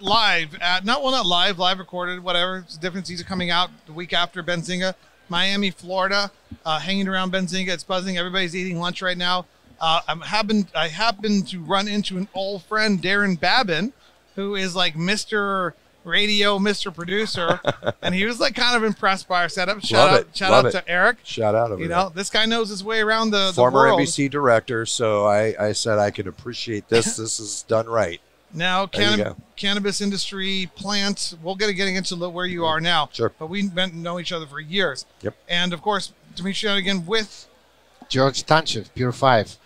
live at not well not live live recorded whatever it's different season coming out the week after Benzinga, Miami, Florida, uh, hanging around Benzinga. It's buzzing. Everybody's eating lunch right now. Uh, I'm happen I happened to run into an old friend Darren Babin, who is like Mister Radio, Mister Producer, and he was like kind of impressed by our setup. Shout Love out it. shout Love out it. to Eric. Shout out over You there. know this guy knows his way around the, the former world. NBC director. So I, I said I could appreciate this. this is done right. Now, There you cannab- go. cannabis industry plants. We'll get getting into lo- where you are now. Sure. But we've been know each other for years. Yep. And of course, Dimitri again with George Tanchev, Pure 5.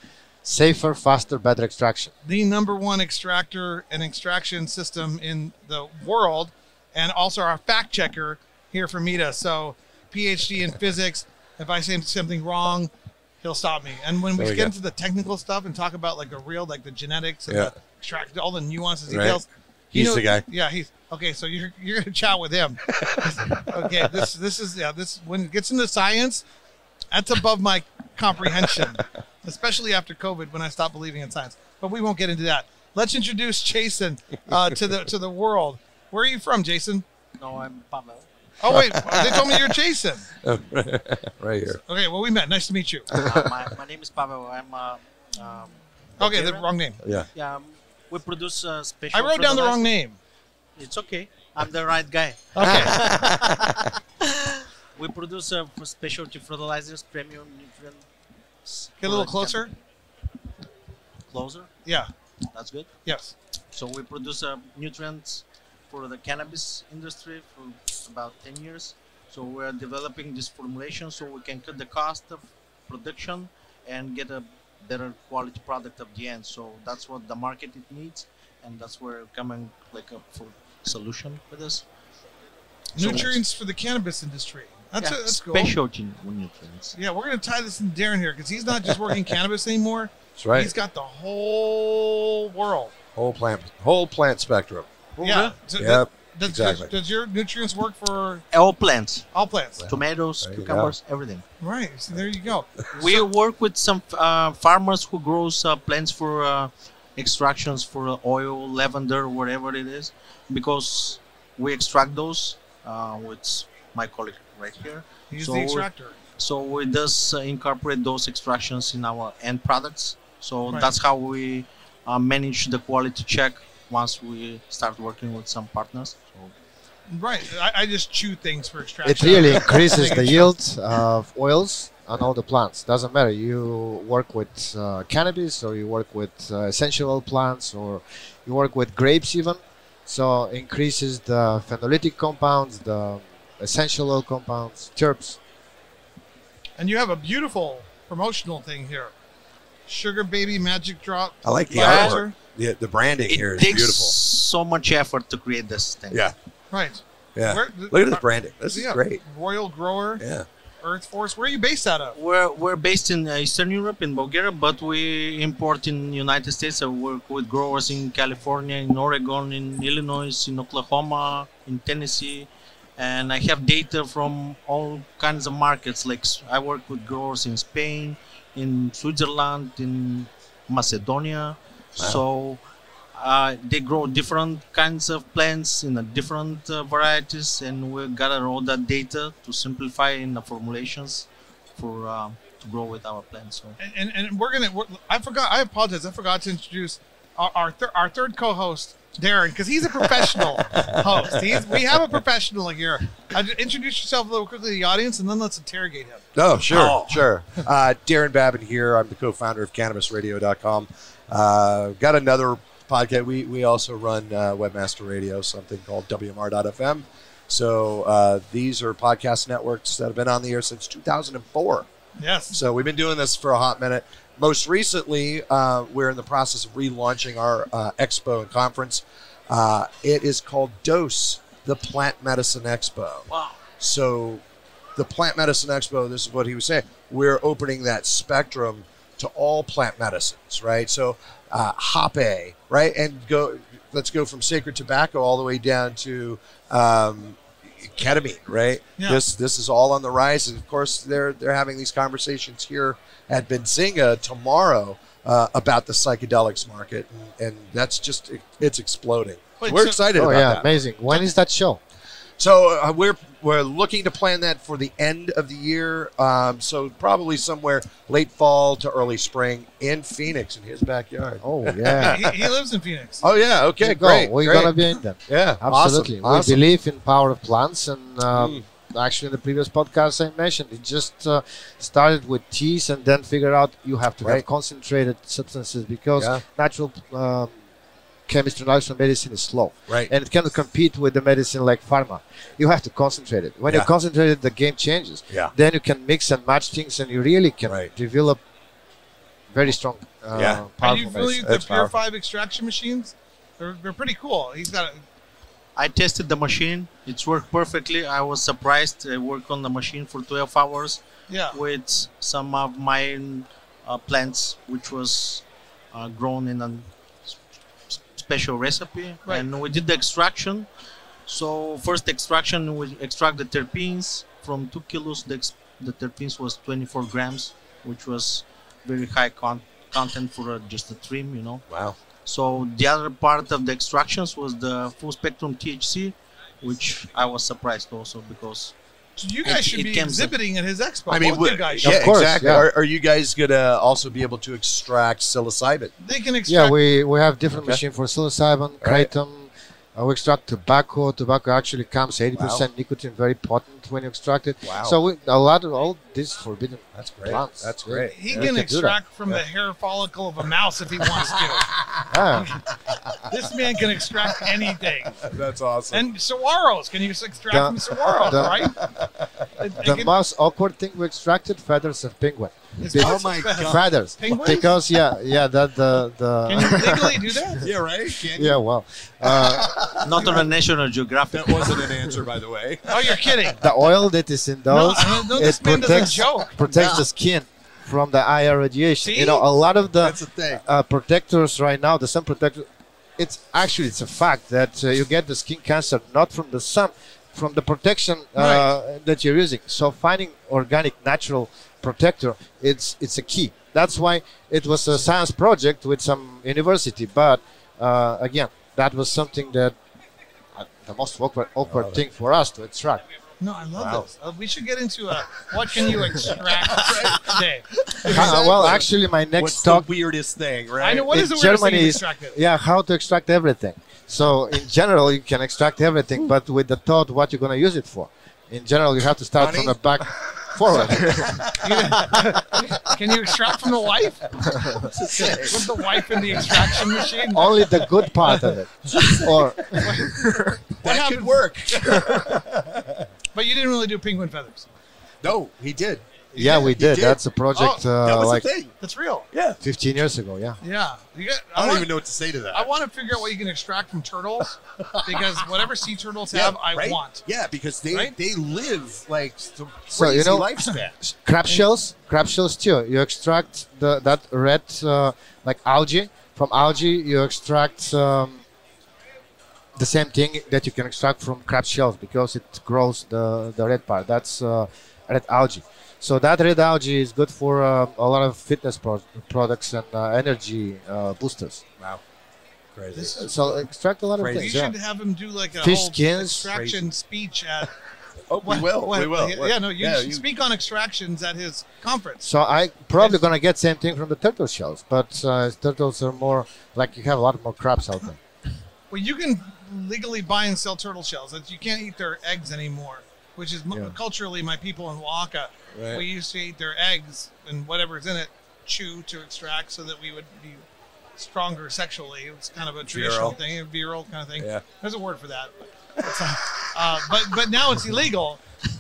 Safer, faster, better extraction. the number one extractor and extraction system in the world, and also our fact checker here from Mita. So, PhD in physics. If I say something wrong, he'll stop me. And when we There we get go. into the technical stuff and talk about like the real, like the genetics and Yeah. the extract, all the nuances, Right. details. you He's know- the guy. Yeah, he's okay. So you're you're gonna chat with him. okay, this this is yeah. This when it gets into science, that's above my comprehension, especially after COVID when I stopped believing in science. But we won't get into that. Let's introduce Jason uh, to the to the world. Where are you from, Jason? No, I'm Pavel. Oh wait, they told me you're Jason. Right here. Okay, well we met. Nice to meet you. Uh, my, my name is Pavel. I'm. Uh, um, Okay, the Bulgarian. wrong name. Yeah. Yeah, um, we produce uh, special. I wrote down the wrong fertilizer. name. It's okay. I'm the right guy. Okay, We produce uh, f- specialty fertilizers, premium nutrients. get a little closer. Closer. Yeah. That's good. Yes. So we produce uh, nutrients for the cannabis industry for about 10 years. So we're developing this formulation so we can cut the cost of production and get a better quality product at the end. So that's what the market it needs, and that's where coming like a full solution for this. So- Nutrients for the cannabis industry. That's Yeah, a, that's cool. specialty nutrients. Yeah, we're gonna tie this in Darren here because he's not just working cannabis anymore. That's right. He's got the whole world. whole plant whole plant spectrum. Yeah. So Yep. that- does, exactly. does, does your nutrients work for All plants, all plants? tomatoes, There you go. cucumbers, everything. Right. So there you go. We work with some uh, farmers who grows uh, plants for uh, extractions for oil, lavender, whatever it is, because we extract those uh, with my colleague right here. He's So the we're- extractor. So we just uh, incorporate those extractions in our end products. So Right. that's how we uh, manage the quality check once we start working with some partners. So Right. I, I just chew things for extraction. It really increases the yield of oils on all the plants. Doesn't matter. You work with uh, cannabis or you work with uh, essential oil plants or you work with grapes even. So increases the phenolitic compounds, the essential oil compounds, terps. And you have a beautiful promotional thing here. Sugar baby magic drop. I like the Fertilizer. artwork. The, the branding it here is takes beautiful. so much effort to create this thing. Yeah. Right. Yeah. Where- uh, Look at this branding. This Yeah. is great. Royal grower. Yeah. Earth Force. Where are you based out of? We're, we're based in uh, Eastern Europe, in Bulgaria, but we import in United States. I work with growers in California, in Oregon, in Illinois, in Oklahoma, in Tennessee, and I have data from all kinds of markets. Like s- I work with growers in Spain, in Switzerland, in Macedonia. So uh, they grow different kinds of plants in a different uh, varieties, and we gather all that data to simplify in the formulations for uh, to grow with our plants. So and, and, and we're gonna. We're, I forgot. I apologize. I forgot to introduce our our, thir- our third co-host, Darren, because he's a professional host. He's, we have a professional here. Uh, ju- introduce yourself a little quickly to the audience, and then let's interrogate him. No, sure, Oh. sure. Uh, Darren Babin here. I'm the co-founder of CannabisRadio.com. Uh, got another podcast. We we also run uh, Webmaster Radio, something called WMR.FM. So uh, these are podcast networks that have been on the air since 2004. Yes. So we've been doing this for a hot minute. Most recently, uh, we're in the process of relaunching our uh, expo and conference. Uh, it is called Dose, the Plant Medicine Expo. wow. So, the Plant Medicine Expo, this is what he was saying. We're opening that spectrum to all plant medicines, right? So, uh, hoppe, right? And go, let's go from sacred tobacco all the way down to um, ketamine, right? Yeah. This this is all on the rise. And of course, they're, they're having these conversations here at Benzinga tomorrow uh, about the psychedelics market. And, and that's just, it's exploding. But We're so- excited Oh about yeah, that. amazing. When is that show? So uh, we're we're looking to plan that for the end of the year. Um, so probably somewhere late fall to early spring in Phoenix in his backyard. Oh yeah. he, he lives in Phoenix. Oh yeah, okay, You go. great. We're great. gonna be in them. yeah, Absolutely. Awesome, awesome. Mm. We believe in power of plants, and um, actually, in the previous podcast I mentioned, it just uh, started with teas, and then figure out you have to Right. have concentrated substances because Yeah. natural um, chemistry, natural medicine is slow, Right. and it cannot compete with the medicine like pharma. You have to concentrate it. When Yeah. you concentrate it, the game changes. Yeah. Then you can mix and match things, and you really can Right. develop very strong, uh, Yeah. Are Are powerful you medicine. familiar with the That's Pure powerful. Five extraction machines? They're, they're pretty cool. He's got a, I tested the machine. It's worked perfectly. I was surprised. I worked on the machine for 12 hours yeah. with some of my uh, plants, which was uh, grown in a s- s- special recipe. Right. And we did the extraction. So first extraction, we extract the terpenes from two kilos. The, ex- the terpenes was 24 grams, which was very high con- content for uh, just a trim, you know. Wow. So the other part of the extractions was the full spectrum THC, which I was surprised also because So you It- guys should it be comes- exhibiting at his expo. I mean, Both wh- you guys should. yeah, Of course, exactly. yeah. Are, are you guys gonna also be able to extract psilocybin? They can extract. Yeah, we, we have different Okay. machine for psilocybin, Right. kratom. Uh, we extract tobacco. Tobacco actually comes 80% nicotine, very potent when you extract it. Wow. So we, a lot of all these forbidden. That's great. Plants. That's great. he Yeah, can we can do that. extract from the hair follicle of a mouse if he wants to. Ah, this man can extract anything. That's awesome. And saguaros, can you extract The- from saguaros, the- right? It- it the can- most awkward thing we extracted feathers of penguin. it's Oh possible. my God. Feathers, Uh, Penguins? because yeah, yeah, that the Can you the legally do that? Yeah, right? Can't yeah, well, uh, not on a National Geographic. That wasn't an answer, by the way. Oh, you're kidding. the oil that is in No, those I mean, no, it this man doesn't protects joke. protects the skin from the IR radiation. See? You know, a lot of the That's the thing. uh, protectors right now, the sun protector, it's actually it's a fact that uh, you get the skin cancer not from the sun, from the protection uh, that you're using. So finding organic, natural protector, it's it's a key. That's why it was a science project with some university. But uh, again, that was something that uh, the most awkward, awkward thing for us to extract. No, I love Wow. this. Uh, we should get into a what can you extract today. Uh, well, actually, my next What's talk the weirdest thing, right? I know what In is the weirdest thing Germany you is- extracted. yeah how to extract everything so in general you can extract everything but with the thought what you're going to use it for in general you have to start from Money? the back forward Can you extract from the wife? Put the wife in the extraction machine. only the good part of it or What that could happened? work. But you didn't really do penguin feathers. no, he did. yeah we did did. Oh, that's a project Oh, that uh, was like the thing. That's real. Yeah. 15 years ago yeah Yeah. You get, I I, don't want, even know what to say to that. I want to figure out what you can extract from turtles because whatever sea turtles Yeah, have, I right? want. Yeah, because they Right? they live like some crazy So, you know- lifespans. crab shells crab shells too you extract the that red uh, like algae from algae you extract um, the same thing that you can extract from crab shells because it grows the, the red part that's uh, red algae so that red algae is good for uh, a lot of fitness pro- products and uh, energy uh, boosters wow, crazy. This is so extract a lot of Crazy. you things yeah. should have him do like a Fish whole skins. extraction speech at. oh, we will. what- we will. Yeah, no, you Yeah, should speak on extractions at his conference. So I probably gonna get same thing from the turtle shells, but uh, turtles are more like you have a lot more crabs out there. Well, you can legally buy and sell turtle shells. That's- You can't eat their eggs anymore, which is mo- Yeah. culturally my people in Oaxaca. Right. We used to eat their eggs and whatever's in it, chew to extract so that we would be stronger sexually. It's kind of a traditional Virile. thing, a virile kind of thing. Yeah. There's a word for that. But, it's not- uh, but but now it's illegal.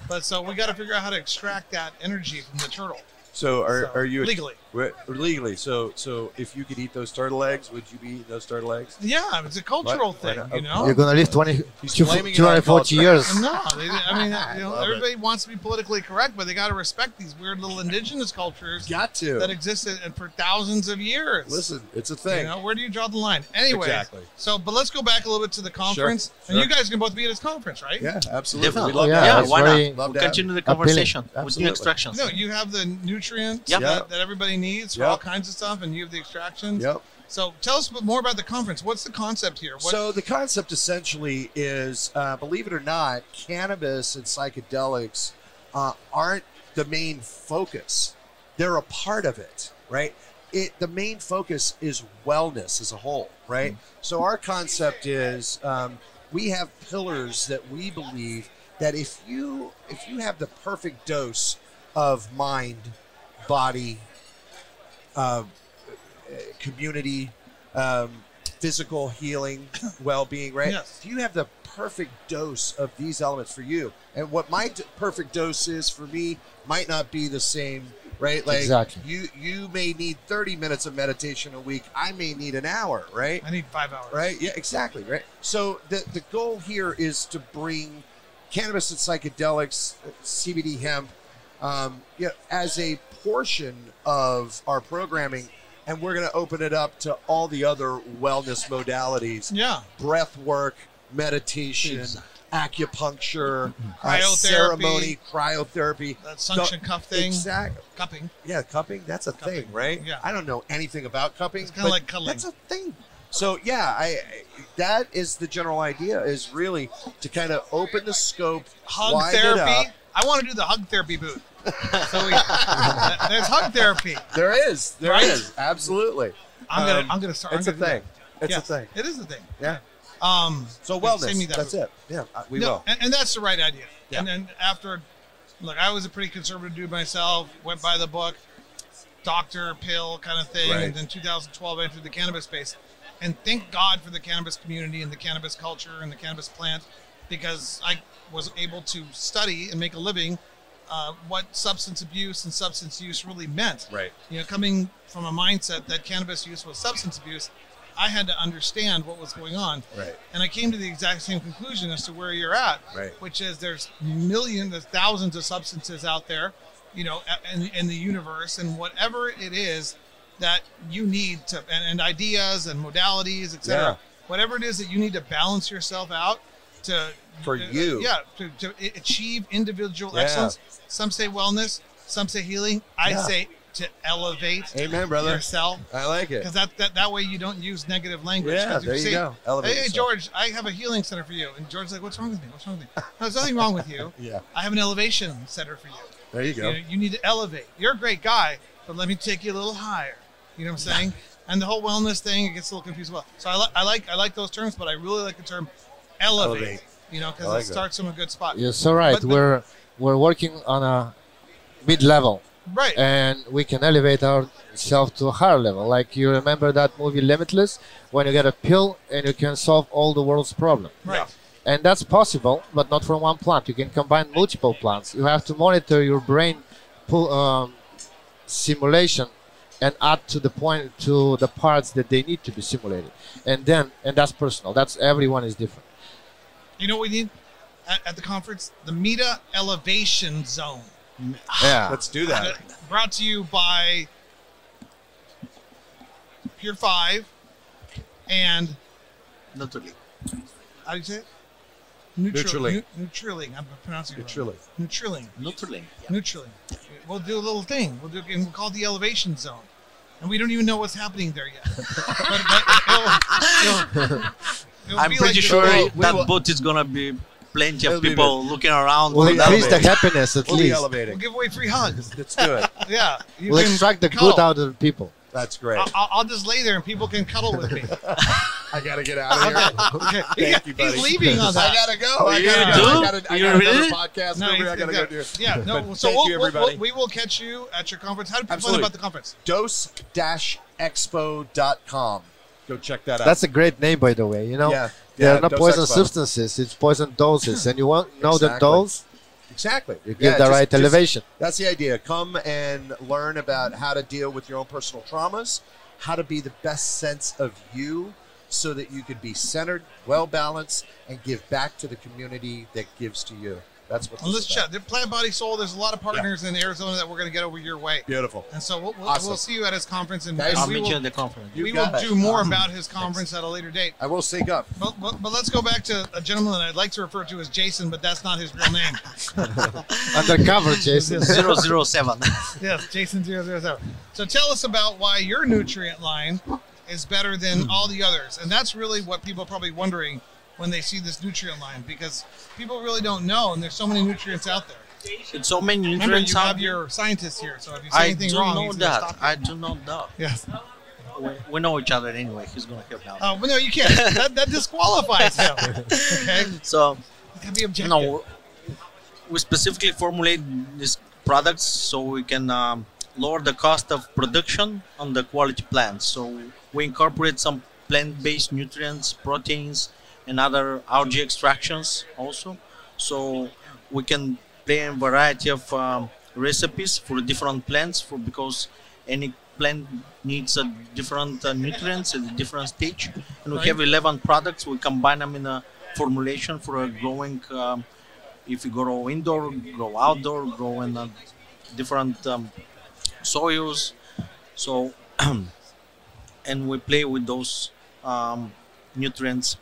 But so we got to figure out how to extract that energy from the turtle. So are, So, are you legally? Re- legally? So so if you could eat those turtle eggs, would you be eating those turtle eggs? Yeah, it's a cultural Why thing, not? you know. You're gonna live 20, He's two- blaming it on 240 culture. years. No, they, I mean, you know, Love it. everybody wants to be politically correct, but they got to respect these weird little indigenous cultures Got to that existed and for thousands of years. listen. It's a you thing. know, where do you draw the line? Anyway, Exactly. so but let's go back a little bit to the conference, sure. and you guys can both be at his conference, right? Yeah, absolutely. Definitely. We love Oh, that. yeah, it's why very- not? Love We'll to have continue the appealing. conversation with Absolutely. new extractions. No, you have the nutrients Yeah. that, that everybody needs for Yep. all kinds of stuff, and you have the extractions. Yep. So tell us more about the conference. What's the concept here? What, So the concept essentially is, uh, believe it or not, cannabis and psychedelics uh, aren't the main focus. They're a part of it, right? It the main focus is wellness as a whole, right? Mm-hmm. So our concept is um, we have pillars that we believe that if you if you have the perfect dose of mind, body, uh, community, um, physical healing, well being, right? Yes. If you have the perfect dose of these elements for you, and what my d- perfect dose is for me might not be the same, right? Like Exactly. you, you may need 30 minutes of meditation a week. I may need an hour, right? I need five hours. Right. Yeah. Exactly. Right. So the the goal here is to bring cannabis and psychedelics, uh, CBD hemp, um, you know, as a portion of our programming, and we're going to open it up to all the other wellness modalities: Yeah. breath work, meditation, acupuncture, Cryotherapy. uh, ceremony, cryotherapy. That suction cuff thing. Exactly. Cupping. Yeah, cupping. That's a Cupping, thing, right? yeah. I don't know anything about cupping. It's kinda but like cuddling. That's a thing. So yeah, I that is the general idea is really to kind of open the scope, Hug wide therapy. it up. I want to do the hug therapy booth. So we, there's hug therapy. There is, there is, Right? absolutely. I'm gonna, Um, I'm gonna start. It's a I'm gonna thing. do It's Yeah. a thing. that. It is a thing. Yeah. Um, So Yeah, send me wellness. that That's book. it. Yeah, I- we no, will. And, and that's the right idea. Yeah. And then after, look, I was a pretty conservative dude myself. Went by the book, doctor, pill kind of thing. Right. And then 2012 entered the cannabis space, and thank God for the cannabis community and the cannabis culture and the cannabis plant, because I was able to study and make a living. Uh, what substance abuse and substance use really meant. Right. You know, coming from a mindset that cannabis use was substance abuse, I had to understand what was going on. Right. And I came to the exact same conclusion as to where you're at, Right. which is there's millions, there's thousands of substances out there, you know, a- in, in the universe, and whatever it is that you need to, and, and ideas and modalities, et cetera, whatever it is that you need to balance yourself out to, For uh, you. yeah, to, to a- achieve individual Yeah. excellence. Some say wellness, some say healing. I Yeah. say to elevate Amen, brother. yourself I like it. because that, that that way you don't use negative language. Yeah, 'Cause if there you say, go. Elevate hey, yourself." George, I have a healing center for you. And George's like, what's wrong with me? What's wrong with me? No, there's nothing wrong with you. Yeah. I have an elevation center for you. There you You, know, you need to elevate. You're a great guy, but let me take you a little higher. You know what I'm saying? and the whole wellness thing, it gets a little confused. Well, so I, li- I like I like those terms, but I really like the term elevate. Elevate. You know, because I like it that. starts from a good spot. Yes, so right. But- but- we're we're working on a mid level, Right. and we can elevate ourselves to a higher level. Like you remember that movie Limitless, when you get a pill and you can solve all the world's problem. right. And that's possible, but not from one plant. You can combine multiple plants. You have to monitor your brain pull, um, simulation and add to the point to the parts that they need to be simulated. And then, and that's personal. That's everyone is different. You know what we need at, at the conference? The Meta Elevation Zone. Yeah. Let's do that. Brought to you by Pier 5 and Naturally. how do you say it? Nutriling. Nu- Nutriling. I'm pronouncing it wrong. Truly. Nutriling. Naturally. Nutriling. We'll do a little thing. We'll do and we'll call it the elevation zone. And we don't even know what's happening there yet. but, but it'll, it'll- it'll I'm be pretty like sure this- will- we that will- boat is gonna be plenty It'll of be people looking around. We'll for that increase the boat. happiness at We'll be least. We'll elevating. give away free hugs. Let's do it. Yeah. You We'll can extract the cuddle. good out of the people. That's great. I'll, I'll- I'll just lay there and people can cuddle with me. I gotta get out of here. Okay. Thank you, buddy. He's leaving on Oh, that. I gotta go. I You gotta go. do? I gotta, I You got really? another podcast. No, over here. I he's- gotta he's got- go do. Yeah, no. But so thank we'll, you, we'll- everybody. we will catch you at your conference. How do people learn Absolutely. about the conference? dose-expo.com. Go check that out. That's a great name, by the way. You know, Yeah. they are Yeah, not dose poison expo. substances; it's poison doses, and you want know the Exactly. dose. exactly. You give Yeah, the just- right just- elevation. That's the idea. Come and learn about how to deal with your own personal traumas, how to be the best sense of you so that you can be centered, well balanced, and give back to the community that gives to you. That's what. And this let's is about. check. The Plant Body Soul. There's a lot of partners in Arizona that we're going to get over your way. Beautiful. And so we'll, we'll, Awesome. we'll see you at his conference, and, Guys, and I'll we meet you at will, the conference. You we will got it. do more about his conference at a later date. I will sync up. But, but, but let's go back to a gentleman that I'd like to refer to as Jason, but that's not his real name. Undercover, Jason. 007. yes, Jason 007. So tell us about why your nutrient line is better than all the others. And that's really what people are probably wondering when they see this nutrient line because people really don't know, and there's so many nutrients out there. it's so many Remember, you nutrients out have your scientists here, so if you say I anything do wrong, know he's gonna that. stop you. I do know that. Yes. We, we know each other anyway. He's gonna help me out. Oh, but no, you can't. that, that disqualifies him. Okay? So You gotta be objective. no, we specifically formulate these products so we can um, lower the cost of production on the quality plants. So we incorporate some plant-based nutrients, proteins, and other algae extractions also. So we can play a variety of um, recipes for different plants for because any plant needs a different uh, nutrients at a different stage and we Right. have 11 products we combine them in a formulation for a growing um, if you grow indoor grow outdoor grow in uh, different um, soils so and we play with those um, nutrients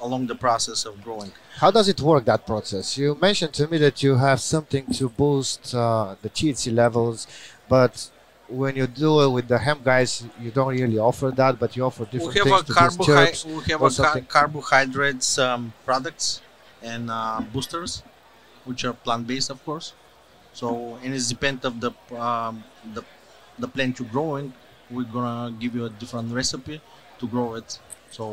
along the process of growing How does it work that process? You mentioned to me that you have something to boost uh, the THC levels, but when you do it with the hemp guys, you don't really offer that, but you offer different we have things to a boost carbohydrate terps. we have or a car- something. carbohydrates um, products and uh, boosters which are plant-based of course so and it's depend of the um, the, the plant you're growing we're gonna give you a different recipe to grow it so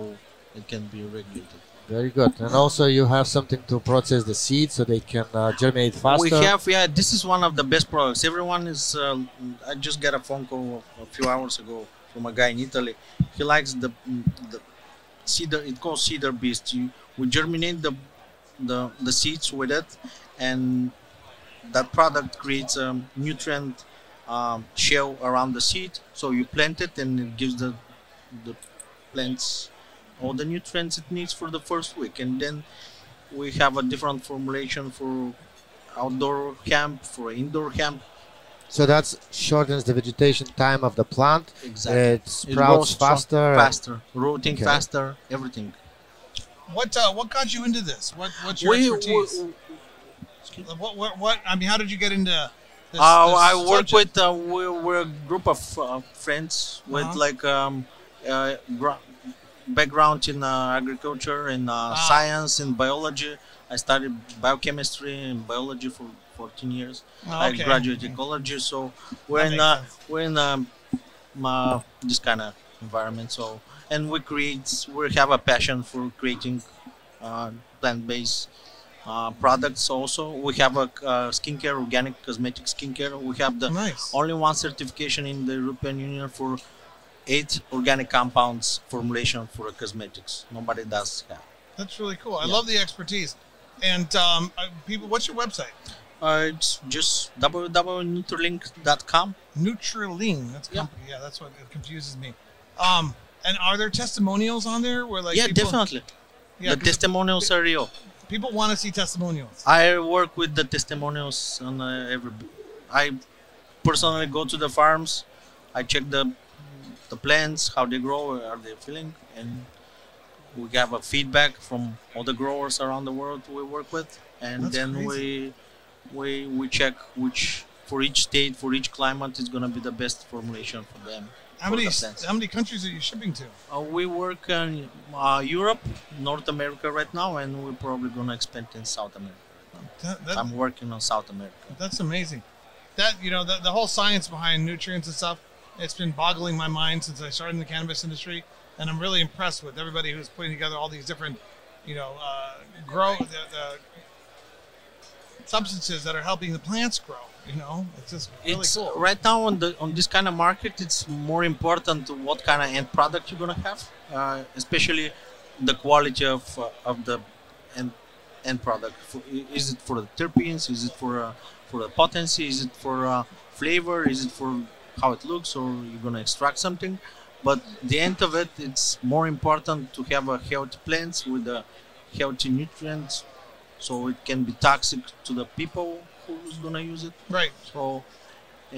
it can be regulated Very good. And also, you have something to process the seeds so they can uh, germinate faster. we have yeah this is one of the best products everyone is uh, i just got a phone call a few hours ago from a guy in italy he likes the the cedar it calls cedar beast you, we germinate the, the the seeds with it and that product creates a nutrient um, shell around the seed so you plant it and it gives the the plants all the nutrients it needs for the first week and then we have a different formulation for outdoor camp for indoor camp so that shortens the vegetation time of the plant. It sprouts grows strong- faster. faster rooting Okay. faster everything What uh, what got you into this? What what's your We- expertise? we- what, what what I mean, how did you get into? This, uh, this I work subject? with uh, we we're a group of uh, friends with Uh-huh. like um, uh, gra- background in uh, agriculture and uh, Ah. science and biology. I studied biochemistry and biology for 14 years. Oh, I okay. graduated ecology, so we're That in makes uh, sense. we're in um, uh, this kind of environment. So and we create we have a passion for creating uh, plant-based uh, products. Also, we have a uh, skincare, organic cosmetic skincare. We have the nice. only one certification in the European Union for eight organic compounds formulation for cosmetics. Nobody does have. That's really cool. I Yeah. love the expertise. And um, uh, people, what's your website? Uh, it's just www.nutralink.com. Nutriline. That's a Yeah. company. Yeah, that's what it confuses me. Um, and are there testimonials on there where like yeah, people, definitely. Yeah, the 'cause testimonials are real. people want to see testimonials. I work with the testimonials on uh, every. I personally go to the farms. I check the the plants, how they grow, are they feeling, and we have a feedback from all the growers around the world we work with, and That's then we we we check which for each state, for each climate, is gonna be the best formulation for them. How for many the plants. how many countries are you shipping to? Uh, we work in uh, Europe, North America right now, and we're probably gonna expand in South America. Right now. That, that, I'm working on South America. That's amazing. That you know, the, the whole science behind nutrients and stuff, it's been boggling my mind since I started in the cannabis industry, and I'm really impressed with everybody who's putting together all these different, you know, uh, grow the, the substances that are helping the plants grow. You know, it's just really it's cool. right now on the on this kind of market it's more important to what kind of end product you're gonna have uh, especially the quality of uh, of the end end product For- i- is it for the terpenes is it for uh, for the potency is it for uh, flavor is it for how it looks or you're gonna extract something but the end of it it's more important to have a healthy plants with a healthy nutrients so it can be toxic to the people who's gonna use it. Right. So,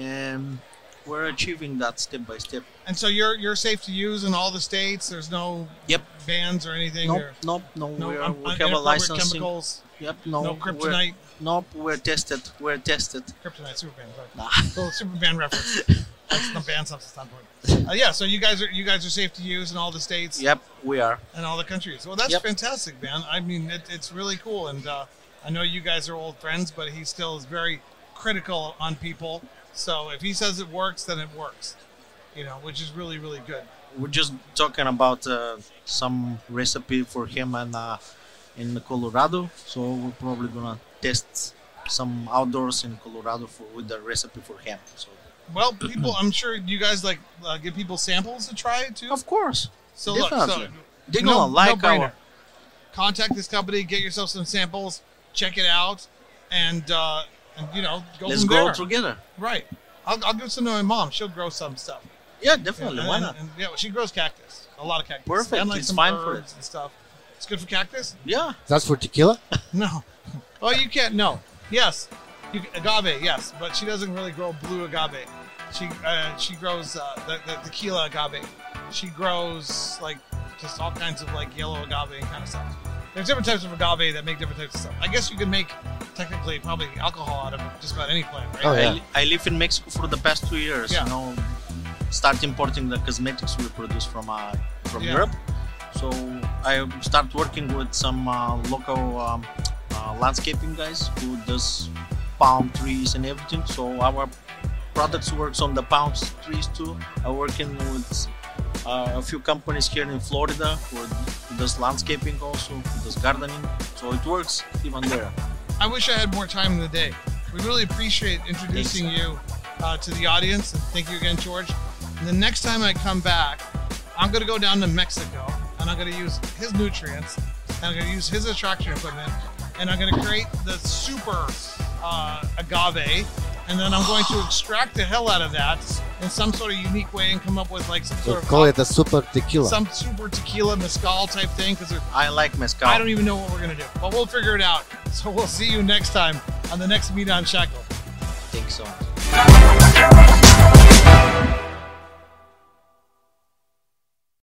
um, we're achieving that step by step. And so you're you're safe to use in all the states. There's no Yep. bans or anything. Nope. or Nope. No. no we, are, un- we have a inappropriate licensing. chemicals. Yep. No. no We're, kryptonite. nope. We're tested. We're tested. Kryptonite. Superman. Right. Nah. Little Superman reference. That's the ban substance. not porn. Uh, yeah. So you guys are you guys are safe to use in all the states. Yep. We are. and all the countries. Well, that's Yep. fantastic, man. I mean, it, it's really cool. And uh, I know you guys are old friends, but he still is very critical on people. So if he says it works, then it works. You know, which is really, really good. We're just talking about uh, some recipe for him and uh, in Colorado. So we're probably gonna test some outdoors in Colorado for with the recipe for him. So Well, people, I'm sure you guys like uh, give people samples to try too. of course So look, so definitely. they're No- gonna like no-brainer. our contact this company, get yourself some samples, check it out, and uh, and you know, go let's from grow there. together. Right. I'll, I'll give some to my mom. She'll grow some stuff. Yeah, definitely. And- Why and- not? and, yeah, well, she grows cactus. A lot of cactus. Perfect. And like It's some fine for herbs and stuff. It's good for cactus? Yeah. That's for tequila. No. Oh, you can't. No. Yes. You, agave, yes, but she doesn't really grow blue agave. She uh, she grows uh, the, the tequila agave. She grows like just all kinds of like yellow agave and kind of stuff. There's different types of agave that make different types of stuff. I guess you can make technically probably alcohol out of just about any plant, right? Oh, I, yeah. li- I live in Mexico for the past two years. Yeah. You know, start importing the cosmetics we produce from uh, from Yeah. Europe. So I start working with some uh, local um, uh, landscaping guys who does palm trees and everything. So our products works on the palm trees too. I working with uh, a few companies here in Florida who does landscaping also, who does gardening. So it works even there. I wish I had more time in the day. We really appreciate introducing you uh, to the audience. And thank you again, George. And the next time I come back, I'm going to go down to Mexico and I'm going to use his nutrients and I'm going to use his attraction equipment and I'm going to create the super uh, agave. And then I'm going to extract the hell out of that in some sort of unique way and come up with like some So sort of call it the super tequila. some super tequila mezcal type thing because I like mezcal. I don't even know what we're gonna do, but we'll figure it out. So we'll see you next time on the next Meet on Shackle. think so.